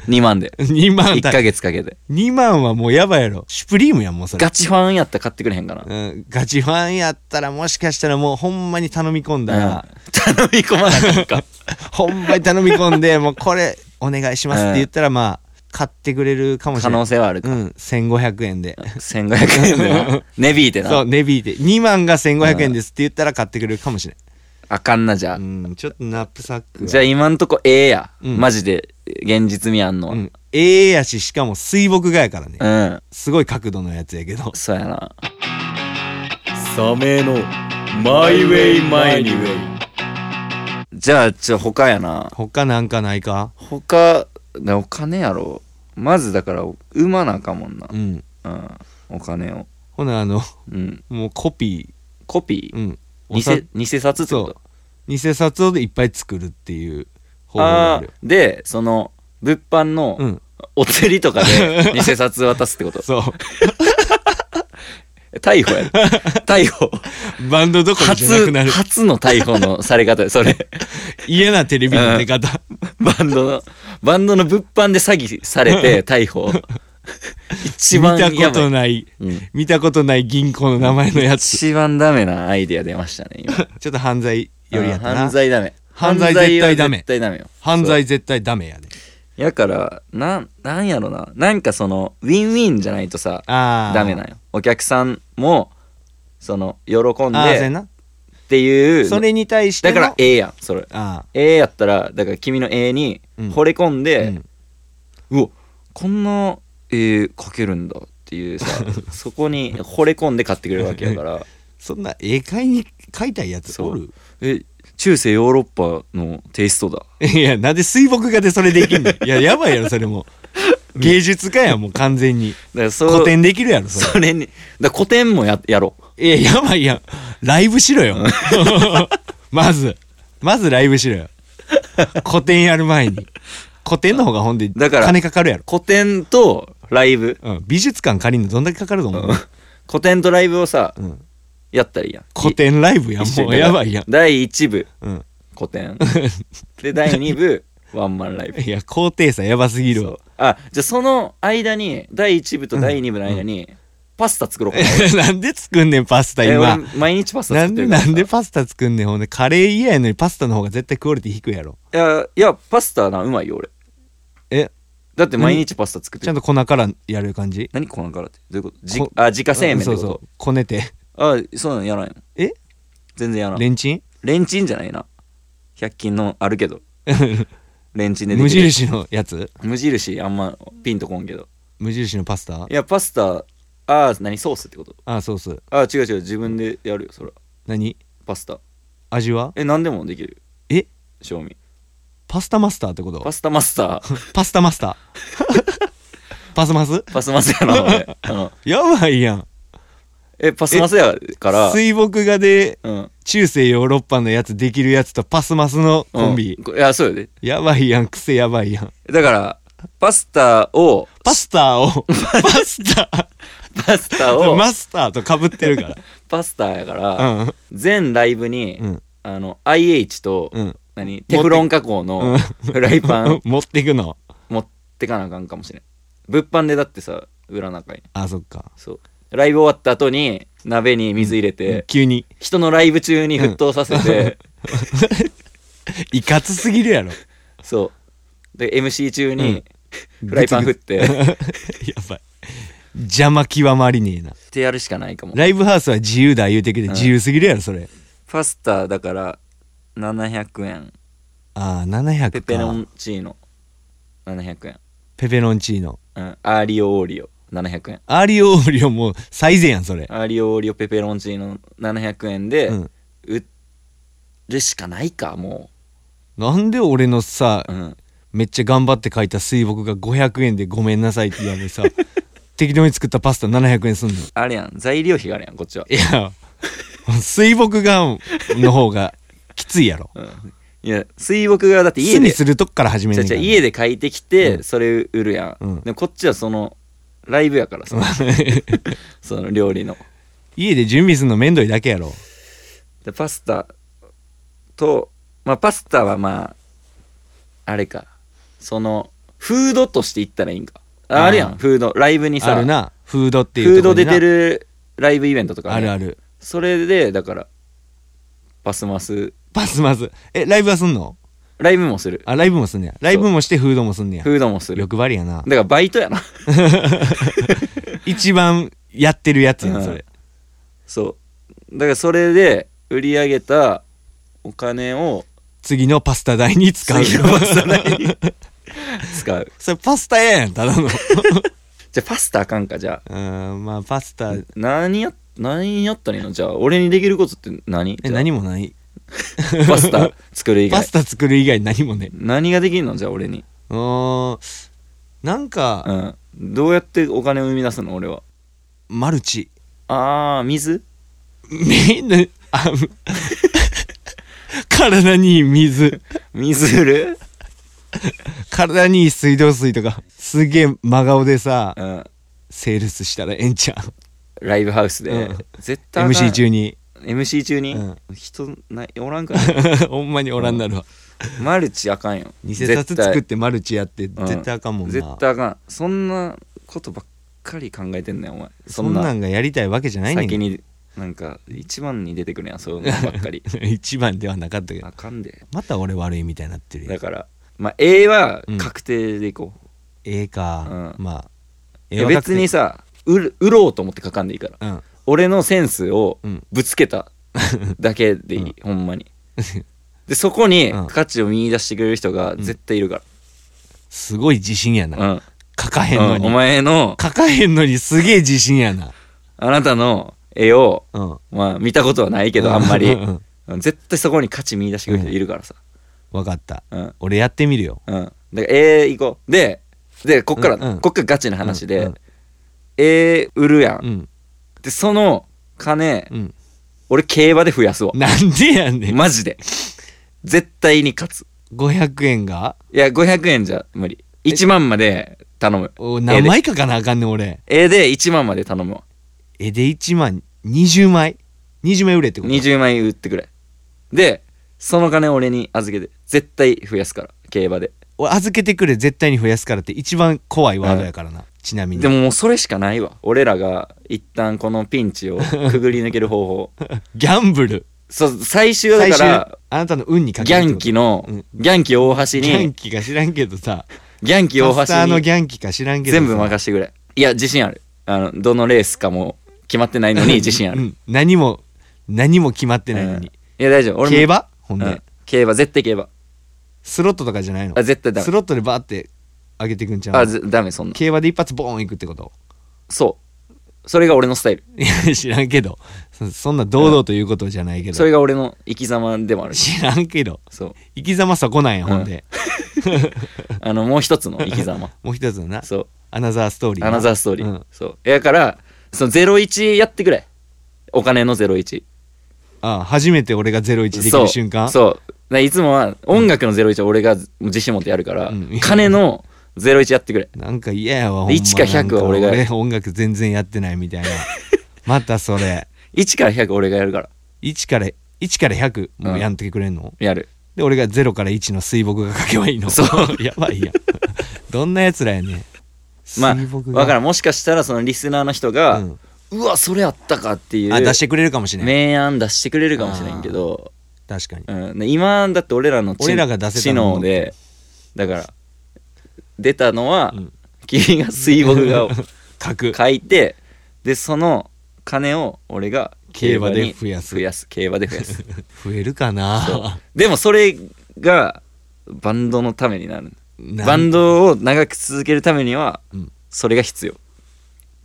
S1: 2万で。
S2: ん2万
S1: 1
S2: だ
S1: ヶ月かけて。
S2: 2万はもうやばいやろシュプリームやんもうそれ
S1: ガチファンやったら買ってくれへんかな。
S2: うん、ガチファンやったらもしかしたらもうほんまに頼み込んだら、
S1: 頼み込まなあかんか。
S2: ほんまに頼み込んで *laughs* もうこれお願いしますって言ったらまあ買ってくれるかもし
S1: 可
S2: れな
S1: 能
S2: い
S1: 性はある
S2: う
S1: か。
S2: ん1500円で
S1: 1500円でな。値引いて
S2: そう
S1: な。
S2: 値引いて2万が1500円ですって言ったら買ってくれるかもしれ
S1: あかんな、じゃ
S2: な
S1: あ
S2: い、う。んちょっとナップサックは
S1: じゃあ今んとこええや。
S2: うん
S1: マジで、現実味あんのは。
S2: う
S1: うん。
S2: ん、ええやししかも水墨画やからねすごい角度のやつやけど
S1: そうやな。
S3: サメのマイウェイマイニウェイ
S1: じゃあ、ちょ、他やな。
S2: 他なんかないか
S1: 他、でお金やろ。まずだから、産まなあかんもんな
S2: う。ん
S1: うん。お金を。
S2: ほなあの
S1: うん。
S2: もうコピ
S1: コピ
S2: ーうん
S1: ー偽、偽札って
S2: そ
S1: こと
S2: う偽札をでいっぱい作るっていう方法があ
S1: あ
S2: るよ
S1: ーでその物販の
S2: うん
S1: お釣りとかで *laughs* 偽札渡すってこと
S2: そう
S1: 逮捕
S2: *laughs*
S1: や逮捕
S2: バンドどころじゃなく
S1: 初
S2: なる
S1: 初の逮捕のされ方でそれ
S2: 嫌なテレビの出方
S1: バンドのバンドの物販で詐欺されて逮
S2: *laughs*
S1: 捕一
S2: 見
S1: 番
S2: た
S1: や
S2: こ
S1: ば
S2: と
S1: い、
S2: ない
S1: うん
S2: 見たことない銀行の名前のやつ
S1: 一番ダメなアイディア出ましたね今
S2: ちょっと犯罪よりやった
S1: うん
S2: な
S1: 犯罪ダメ
S2: 犯罪絶対ダメ
S1: 犯罪は絶対ダメよ
S2: 犯罪絶対ダメやで
S1: やからなんなんやろななんかそのウィンウィンじゃないとさ
S2: ああ
S1: ダメなんよお客さんもその喜ん
S2: ああそうや
S1: で
S2: な
S1: っていう
S2: それに対して
S1: だ
S2: の
S1: からええやんそれ
S2: あ
S1: ええやったらだから君のええに
S2: うん
S1: 惚れ込ん
S2: あ
S1: で、
S2: うん
S1: うおこんなええかけるんだって
S2: *laughs*
S1: いうさそこに惚れ込んで買ってくれるわけやから
S2: そんな絵買いに買いたいやつおる
S1: え中世ヨーロッパのテイストだ
S2: いやなんで水墨画でそれできんのいややばいやろそれ
S1: *laughs*
S2: もう芸術家やもう完全に
S1: だからそう
S2: 古典できるやろそれ
S1: それにだから古典もややろう
S2: いや、やばいやん。ライブしろよ。 *laughs* まず。まずライブしろよ。古典やる前に。古典の方がほんで、
S1: だから
S2: 金かかるやろ。
S1: 古典とライブ
S2: うん。美術館借りるのどんだけかかると思う、
S1: 古典とライブをさ、
S2: うん
S1: やったらいいやん
S2: 古典ライブやん。
S1: 一緒
S2: も
S1: に
S2: うやばいやん。
S1: 第1部
S2: うん。
S1: 古
S2: *laughs*
S1: 典で第2部ワンマンライブ
S2: いや、高低差やばすぎるわ。
S1: あじゃあその間に第1部と第2部の間にパスタ作ろうかな、
S2: *laughs* なんで作んねん、パスタ
S1: え
S2: 今。
S1: 俺毎日パスタ
S2: な
S1: 作って
S2: んで、
S1: るから
S2: な
S1: さ
S2: んでパスタ作んねん、ほんで。カレー嫌やのにパスタの方が絶対クオリティ低いやろ。
S1: いやいやパスタなうまいよ俺
S2: え、
S1: だって毎日パスタ作って
S2: ちゃん
S1: る
S2: と粉からやる感じ
S1: 何粉からってどういうことじ
S2: こ
S1: あ自家製麺って
S2: そ
S1: こと
S2: うそう。こねて。
S1: あそうなのやらないの
S2: え
S1: 全然やらない
S2: レンチン
S1: レンチンじゃないな100均のあるけどレンチンでできる
S2: 無印のやつ
S1: 無印あんまピンとこんけど
S2: 無印のパスタ
S1: いやパスタあ何ソースってこと
S2: あ、そうそう。
S1: あ違う違う自分でやるよそら
S2: 何
S1: パスタ
S2: 味は
S1: え何でもできるよ
S2: え
S1: 賞味
S2: パスタマスターってこと
S1: パ
S2: パス
S1: スタマスター
S2: タマスターパスマス
S1: パスマスやな
S2: *laughs*
S1: 俺、うん、
S2: やばいやん
S1: えパスマスやから
S2: 水墨画で
S1: うん
S2: 中世ヨーロッパのやつできるやつとパスマスのコンビ、
S1: うんこいやそうよね
S2: やばいやん癖やばいやん
S1: だからパスタを
S2: パスタ
S1: *laughs*
S2: ーをパスタ
S1: パスタ
S2: ー
S1: を
S2: マスターとかぶってるか
S1: *laughs* パスタやから、
S2: らうん
S1: 全ライブに、
S2: うん
S1: あの IH と、
S2: うん
S1: 何テフロン加工のフライパン
S2: *laughs* 持ってくの
S1: 持ってかなあかんかもしれん物販でだってさ裏中に
S2: あそっか
S1: そうライブ終わった後に鍋に水入れて、
S2: 急に
S1: 人のライブ中に沸騰させて、
S2: いかつすぎるやろ
S1: *laughs* そうで MC 中にフライパン振ってやっ
S2: *laughs* やばい邪魔極まりねえな
S1: てやるしかないかも
S2: ライブハウスは自由だ言うてきて自由すぎるやろそれ、
S1: パスタだから700円
S2: ああ700か
S1: ペペロンチーノ700円、
S2: ペペロンチーノ
S1: うん、アーリオオーリオ700円
S2: アーリオオーリオもう最善やんそれ
S1: アーリオオーリオペペロンチーノ700円で
S2: うん
S1: 売るしかないかも
S2: なんで俺のさ、
S1: う、うん、
S2: めっちゃ頑張って書いた水墨画500円でごめんなさいって
S1: *laughs*
S2: やめさ適当に作ったパスタ700円すんのい
S1: あれやん材料費があるやんこっちは、
S2: や水墨画の方がきついやろ
S1: うん、いや水墨画だって
S2: 家
S1: 家
S2: に
S1: です
S2: るとこから始め
S1: じゃ
S2: る
S1: じゃ
S2: ん
S1: 家で書いてきて、
S2: うん
S1: それ売るやん、
S2: うん
S1: でもこっちはそのライブやから
S2: *laughs*
S1: さその料理の
S2: 家で準備するのめんどいだけやろ
S1: でパスタとまあパスタはまああれかそのフードとしていったらいいんかあ
S2: あー
S1: あるやんフードライブに
S2: あ
S1: さ
S2: るなフードってい
S1: フ
S2: う
S1: ード
S2: とこ
S1: 出
S2: にな
S1: てるライブイベントとか
S2: あ
S1: ね
S2: るある
S1: それでだからパスマス
S2: パスまずえライブはすんの
S1: ライブもする
S2: あライブもすんねやライブもしてフードもすんねや
S1: フードもする
S2: 欲張りやな
S1: だからバイトや
S2: *laughs*
S1: な
S2: 一番やってるやつや
S1: うん
S2: んそれ
S1: そうだからそれで売り上げたお金を
S2: 次のパスタ代に使う
S1: 次のパスタ代に *laughs* 使う
S2: *laughs* それパスタ屋やんただの *laughs* う
S1: じゃあパスタあかんかじゃあ
S2: ーんまあパスタえ
S1: 何や何やったらいいのじゃあ俺にできることって何じゃあ
S2: 何もない
S1: パスタ作る以
S2: パ
S1: 外
S2: スタ作る以外何もね
S1: 何ができんのじゃあ俺に
S2: うーんなん
S1: う
S2: か
S1: んどうやってお金を生み出すの俺は
S2: マルチ
S1: ああ水
S2: みんなあ *laughs* 体にいい水
S1: 水売る
S2: 体にいい水道水とかすげえ真顔でさ
S1: うん
S2: セールスしたらええんちゃう
S1: ライブハウスで、
S2: うん
S1: 絶対あかん
S2: MC
S1: *laughs*
S2: 中に
S1: MC 中に、
S2: う
S1: 人ない *laughs* おらんからね
S2: ほんまにおらんなるわ
S1: マルチあかんよ
S2: 偽札作っ
S1: 絶
S2: てマルチやって
S1: 対
S2: 絶対あかんも
S1: うんん
S2: な
S1: 絶対あかんそんなことばっかり考えてんねんお前
S2: そ
S1: そ
S2: ん
S1: ん
S2: な
S1: なん
S2: がやりたいわけじゃないね
S1: 先
S2: ん
S1: になんか一番に出てくるやんそういうのばっかり
S2: *laughs* 一番ではなかったけど
S1: あかんで
S2: また俺悪いみたいになってるよ
S1: だから、まあ、A は
S2: うん
S1: 確定でいこう。
S2: ええか、
S1: うん
S2: まあ
S1: いや別にさ売る売ろうと思って書かんでいいから。
S2: うん
S1: 俺のセンスを
S2: うん
S1: ぶつけ
S2: *laughs*
S1: ただけでいい、
S2: うん
S1: ほんま
S2: *laughs*
S1: に。でそこに
S2: うん
S1: 価値を見出してくれる人が絶対いるか
S2: すごい自信やな、
S1: ら。うん。
S2: 書かへん
S1: うん
S2: のに、
S1: お前の
S2: 書かへんのにすげえ自信やな
S1: あなたの絵を、
S2: うん
S1: まあ、見たことはないけどあんま
S2: *laughs*
S1: り
S2: う、ん
S1: うん絶対そこに価値見出してくれる人いるからさ。
S2: 分かった
S1: うん。
S2: 俺やってみるよ
S1: うん。だから A 行こう。で、でこっから、
S2: うんうん
S1: こっからガチな話で、
S2: うん
S1: A 売るやん。
S2: うん
S1: でその金、
S2: うん
S1: 俺競馬で増やすわ
S2: なんでやねん
S1: マジで絶対に勝つ
S2: 500円が
S1: いや500円じゃ無理1万まで頼む
S2: お何枚書かなあかんねん俺
S1: 絵で1万まで頼むわ
S2: 絵で1万20枚20枚売れってこと
S1: 20枚売ってくれでその金俺に預けて絶対増やすから競馬で
S2: 俺預けてくれ絶対に増やすからって一番怖いワードやからな、ちなみに
S1: でももうそれしかないわ俺らが一旦このピンチをくぐり抜ける方
S2: *laughs*
S1: 法
S2: ギャンブル
S1: そう最終はだから
S2: あなたの運にかけ
S1: ギ
S2: るっ
S1: ャ
S2: てこ
S1: ン
S2: と
S1: キの、
S2: うん
S1: ギャンキ大橋
S2: ギャン
S1: に
S2: キか知らんけどさ
S1: ギャンキ
S2: パ
S1: 大
S2: スター
S1: 橋
S2: の
S1: に
S2: ギャンキか知らんけど
S1: 全部任せてくれいや自信あるあのどのレースかも決まってないの
S2: *laughs*
S1: に自信ある、
S2: うん、何も何も決まってないのに、
S1: いや大丈夫俺も
S2: 競馬ほんで、
S1: うん、競馬絶対競馬
S2: スロットとかじゃないの
S1: あ絶対ダ
S2: ス
S1: メ
S2: ロットでバーって上げてくんちゃ
S1: あ
S2: うの
S1: ずダメそんな
S2: 競馬で一発ボーンいくってこと
S1: そうそれが俺のスタイル
S2: いや知らんけどそそんな堂々ということじゃないけど、
S1: それが俺の生き様でもあるし
S2: 知らんけど *laughs*
S1: そう
S2: 生き様そこなんやほんで、
S1: あのもう一つの生き様
S2: もう一つのな *laughs*
S1: そ
S2: アナザーストーリ
S1: う
S2: ーな
S1: アナザーストーリー、
S2: うん
S1: そうだからその01やってくれお金の01
S2: あ初めて俺が01でき
S1: そう
S2: る瞬間う
S1: そうだからいつもは音楽の01は俺が自信持ってやるから、
S2: うん
S1: 金の01やってくれ
S2: なんか嫌やわほんま
S1: 1か100
S2: なん
S1: は俺が
S2: 音楽全然やってないみたいな *laughs* またそれ
S1: 1から100俺がやるから
S2: 1から1から100もうやんときくれんの、
S1: やる
S2: で俺が0から1の水墨画描けばいいの
S1: そう
S2: *laughs* やばいやんどんなやつらやねん
S1: まあ、
S2: 水墨
S1: わからんもしかしたらそのリスナーの人が、
S2: う
S1: うんわそれあったかっていう
S2: あ出してくれるかもしれない
S1: 明暗出してくれるかもしれんけど、
S2: 確かに
S1: うん、今だって俺らの知
S2: 俺らが出せた
S1: 知
S2: もの
S1: 能でだから出たのは、
S2: うん
S1: 君が水墨画を
S2: *laughs* 書く
S1: 書いてでその金を俺が
S2: 競馬で
S1: に
S2: 増やす
S1: 増やす競馬で増やす
S2: 増えるかな
S1: でもそれがバンドのためになる
S2: *laughs* なん
S1: バンドを長く続けるためには
S2: うん
S1: それが必要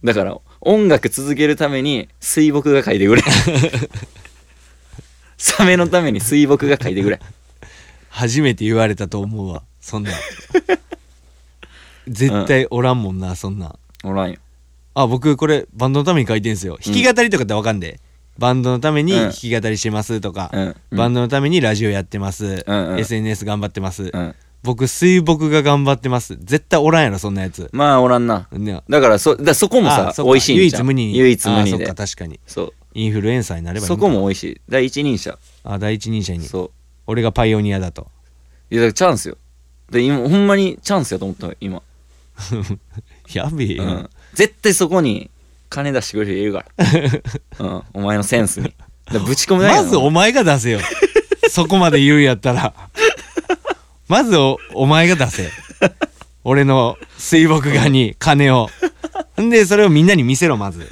S1: だから音楽続けるために水墨画描いてくれ *laughs* サメのために水墨画描いてくれ
S2: 初めて言われたと思うわ
S1: *laughs*
S2: そんなん絶対おらんもんなそんなん
S1: おらんよ
S2: あ僕これバンドのために書いてんすよ弾き語りとかってわかんで、バンドのために
S1: うん
S2: 弾き語りしてますとか、
S1: うんうん
S2: バンドのためにラジオやってます、
S1: うんうん
S2: SNS 頑張ってます、
S1: うん
S2: 僕水墨が頑張ってます絶対おらんやろそんなやつ、
S1: まあおらんな
S2: ね
S1: だからそだそこもさ
S2: あそっか
S1: 美味しいんじ
S2: 唯一
S1: ゃん
S2: 無二
S1: 唯一無二
S2: あ
S1: で
S2: そっか確かに
S1: そ
S2: インフルエンサーにな
S1: う
S2: ればいい
S1: そこも美味しい第一人者
S2: あ第一人者に
S1: そう
S2: 俺がパイオニアだと
S1: いやだからチャンスよで今ほんまにチャンスやと思ったの今、
S2: やべえ
S1: う
S2: よ、
S1: ん、絶対そこに金出してくれる人いる
S2: *laughs*
S1: から、うん、お前のセンスにだからぶち込めない
S2: まずお前が出せよ *laughs* そこまで言うんやったらまずおお前が出せ俺の水墨画に金をんでそれをみんなに見せろ
S1: *laughs*
S2: まず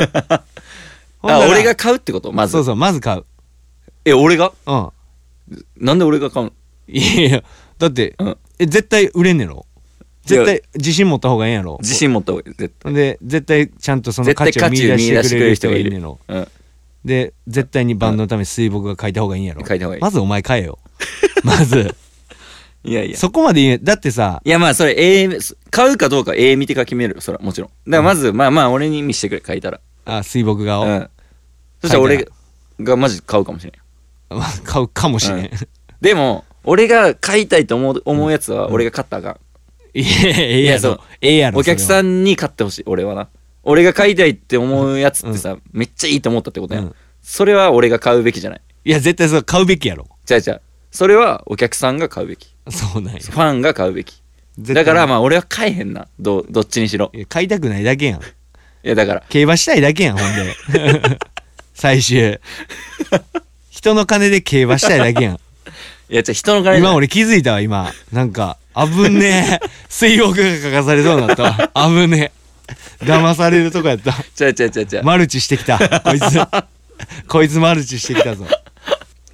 S2: ほんな
S1: あ
S2: ら
S1: 俺が買うってことまず
S2: そうそうまず買う
S1: え俺が
S2: うん
S1: なんで俺が買うの
S2: いやいやだって、
S1: うん
S2: え絶対売れんねやろ絶
S1: い
S2: 対自信持った方がええんやろ
S1: 自信持った方がいい絶対
S2: で絶対ちゃんとその
S1: 絶
S2: 価
S1: 対
S2: 値を
S1: 価
S2: 見
S1: 値を
S2: 出
S1: 見
S2: して
S1: 出し
S2: く
S1: て
S2: れ
S1: くれ
S2: る
S1: る
S2: 人
S1: 人
S2: が
S1: が
S2: い
S1: い
S2: る
S1: る
S2: ねんの
S1: うん
S2: で絶対にバンドのために水墨画描いた方がいいんやろ
S1: 描いた方がいい
S2: まずお前買えよまず
S1: いやいや
S2: そこまで言えだってさ
S1: いやまあそれええ買うかどうかええ見てから決めるそれはもちろんだからまず、まあまあ俺に見せてくれ書いたら
S2: あ水墨画を、
S1: うんそしたら
S2: 書い
S1: 俺
S2: た
S1: がマジ買うかもしれん
S2: まあ買うかもしれん、
S1: うんでも俺が買いたいと思う思うやつは俺が買ったらあかん
S2: *laughs* いやいやええや
S1: いやそ
S2: ろ
S1: う
S2: ええやろ
S1: お客
S2: それ
S1: さんに買ってほしい俺はな俺が買いたいって思うやつってさ、めっちゃいいと思ったってことやん、
S2: うん
S1: それは俺が買うべきじゃない
S2: はいや絶対そう買うべきやろ
S1: じゃあじゃあそれはお客さんが買うべき
S2: そうなんや
S1: ファンが買うべき
S2: 絶対
S1: だからまあ俺は買えへんなどどっちにしろ
S2: いや買いたくないだけやん
S1: いやだから
S2: 競馬したいだけやんほ
S1: *laughs*
S2: んで最終人の金で競馬したい
S1: *laughs*
S2: だけやん
S1: いやじゃあ人の金
S2: 今俺気づいたわ今なんか危ね
S1: *laughs*
S2: え水墨画書かされそうになったわ危ねえ騙されるとこやった
S1: じゃあじゃあじゃあじゃあ
S2: マルチしてきたこいつこいつマルチしてきたぞ、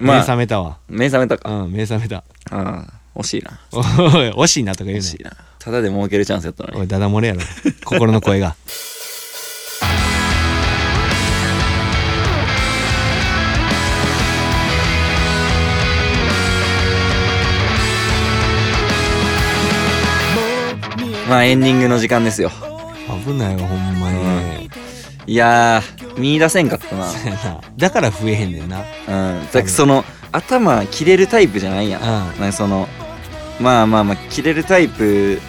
S2: 目
S1: ま
S2: 覚
S1: あ
S2: めたわ
S1: 目覚めたか
S2: うん目
S1: *laughs*
S2: 覚めた
S1: ああ惜しいな
S2: おい惜しいなとか言う
S1: 惜
S2: ね
S1: しいなただで儲けるチャンスやったの
S2: お
S1: に
S2: いダダ漏れ
S1: *laughs*
S2: やろ心の声が
S1: まあエンディングの時間ですよ
S2: 危ないわほんまに
S1: いやー見出せんかったな
S2: そうやなだから増えへんねんな
S1: うん、だからその頭切れるタイプじゃないやん、
S2: うん
S1: なんかそのまあまあまあ切れるタイプ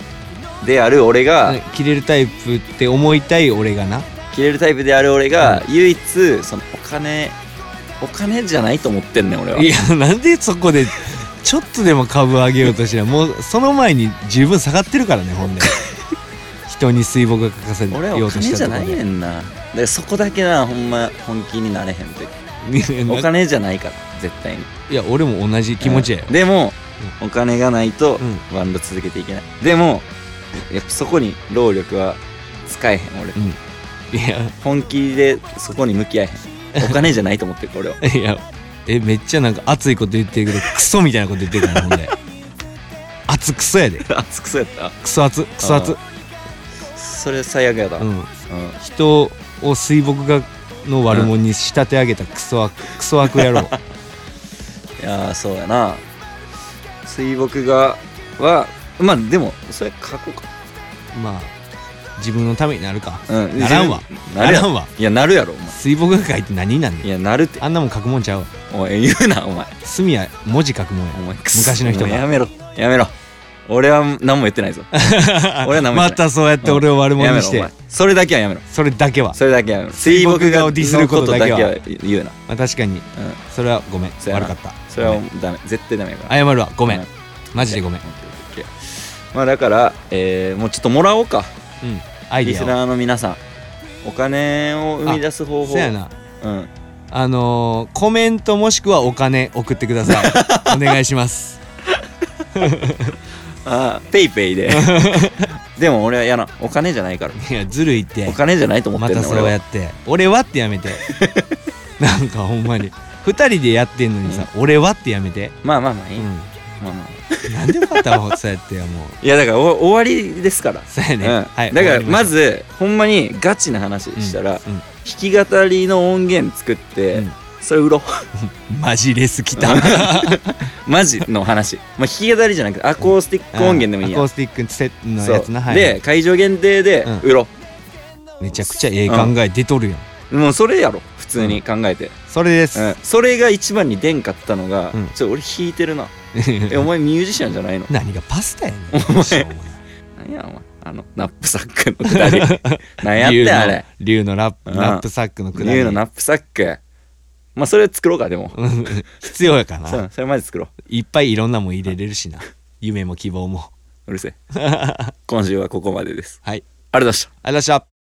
S1: である俺が、
S2: 切れるタイプって思いたい俺がな
S1: 切れるタイプである俺が、唯一そのお金お金じゃないと思ってんねん俺はい
S2: やなんでそこでちょっとでも株上げようとしないもうその前に十分下がってるからね
S1: *laughs*
S2: ほんで人に水墨画描かせよ
S1: 俺はお
S2: うと
S1: 金
S2: し
S1: じ
S2: た
S1: ゃ
S2: とこ
S1: ないね
S2: で
S1: んなだからそこだけなほんま本気になれへんというか
S2: *laughs* い
S1: お
S2: やな
S1: 金じゃないから絶対に
S2: いや俺も同じ気持ちやよ
S1: うん、でも、お金がないと
S2: うん
S1: バンド続けていけない、でもやっぱそこに労力は使えへん俺、
S2: い
S1: 本気でそこに向き合え
S2: *laughs*
S1: へんお金じゃないと思ってる俺は *laughs*
S2: やいやえめっちゃなんか熱いこと言ってるけどクソみたいなこと言ってるからねほ
S1: *laughs*
S2: んで熱クソやで
S1: 熱くそうやっ
S2: クソ熱クソ熱
S1: たそれ最悪やだ
S2: う
S1: うん
S2: ん人を水墨画の悪者に仕立て上げたクソ悪クソ悪
S1: *laughs*
S2: 野郎
S1: いやーそうやな水墨画はまあでもそれ書こうか
S2: まあ自分のためになるか
S1: うん
S2: ならんわ
S1: なるや
S2: なら
S1: ろ
S2: んわ
S1: いやなるやろお
S2: 水墨画描いて何になんねん
S1: 前いやなるって
S2: あんなもん書くもんちゃうわ
S1: おい言うなお前
S2: 墨や文字書くもんや
S1: お前くそ
S2: 昔の人
S1: もうや
S2: が
S1: めろやめろ俺は何も言ってない
S2: *laughs*
S1: ぞ俺は何も言
S2: ま
S1: ってない
S2: たそうやって俺を悪者
S1: やめ
S2: に
S1: ろお
S2: して
S1: 前それだけはやめろ
S2: それだけは
S1: それだけはやめろ
S2: 水墨画をディスることだけ
S1: 水
S2: は
S1: 墨画のことだけは言うな
S2: まあ確か
S1: う
S2: に
S1: ん
S2: それはごめん
S1: そうや
S2: 悪
S1: な
S2: かった
S1: それは
S2: ごめん
S1: ダメ絶対ダメやから
S2: 謝るわごめ
S1: うん
S2: んマジでごめん
S1: オッケーオッケーオッケーまあだから、えーもうちょっともらおうか
S2: うんアイ
S1: リ
S2: デ
S1: ス
S2: ィアを
S1: ナーの皆さんお金を生み出す方法
S2: そうやな
S1: うん
S2: あ
S1: *laughs*
S2: のーコメントもしくはお金送ってくださいお願いします
S1: あーペイペイ
S2: *laughs*
S1: ででも俺は嫌なお金じゃないから
S2: いやずるいって
S1: お金じゃないと思っ
S2: ま
S1: てん
S2: た
S1: の
S2: それをやって「俺は」ってや
S1: *laughs*
S2: めてなんかほんまに2人でやってんのにさ「俺は」ってやめて、
S1: まあまあまあいい、
S2: うん、
S1: まあまあ
S2: なんでまたそうやってよもう
S1: いやだからお終わりですから、
S2: そうや
S1: うん
S2: ね、はい
S1: だから
S2: 終わ
S1: ま
S2: りし
S1: ずほんまにガチな話
S2: ょう
S1: したら、弾
S2: うんうん
S1: き語りの音源作って、
S2: うん
S1: それ売ろう *laughs*
S2: マジレス来たア
S1: マジの話、まあ、弾き語りじゃなくてアコースティック音源でもいいや
S2: コー
S1: ん
S2: スティックセットの
S1: そ
S2: やつな
S1: う
S2: はい
S1: で会場限定で
S2: うん
S1: 売ろ
S2: めちゃくちゃええ考え出とるやん、
S1: う、もうそれやろ普通に考えて、
S2: それです、
S1: うんそれが一番に出んかったのが、
S2: うん
S1: ちょっと俺弾いてるなえお前ミュージシャンじゃないの
S2: 何がパスタやねんお前
S1: なんやお前あのナップサックのくだ
S2: *laughs*
S1: り何やってんあれ
S2: 竜のラップ
S1: うん
S2: ラップサックのくだり
S1: 竜のナップサックまあそれ作ろうかでも
S2: うん必要やか
S1: そ
S2: な
S1: うそれまで作ろう
S2: いっぱいいろんなもん入れれるしな夢も希望も
S1: うるせえ
S2: はいありがとう
S1: 今週はここまでです
S2: ござい
S1: ありがとうございました
S2: ました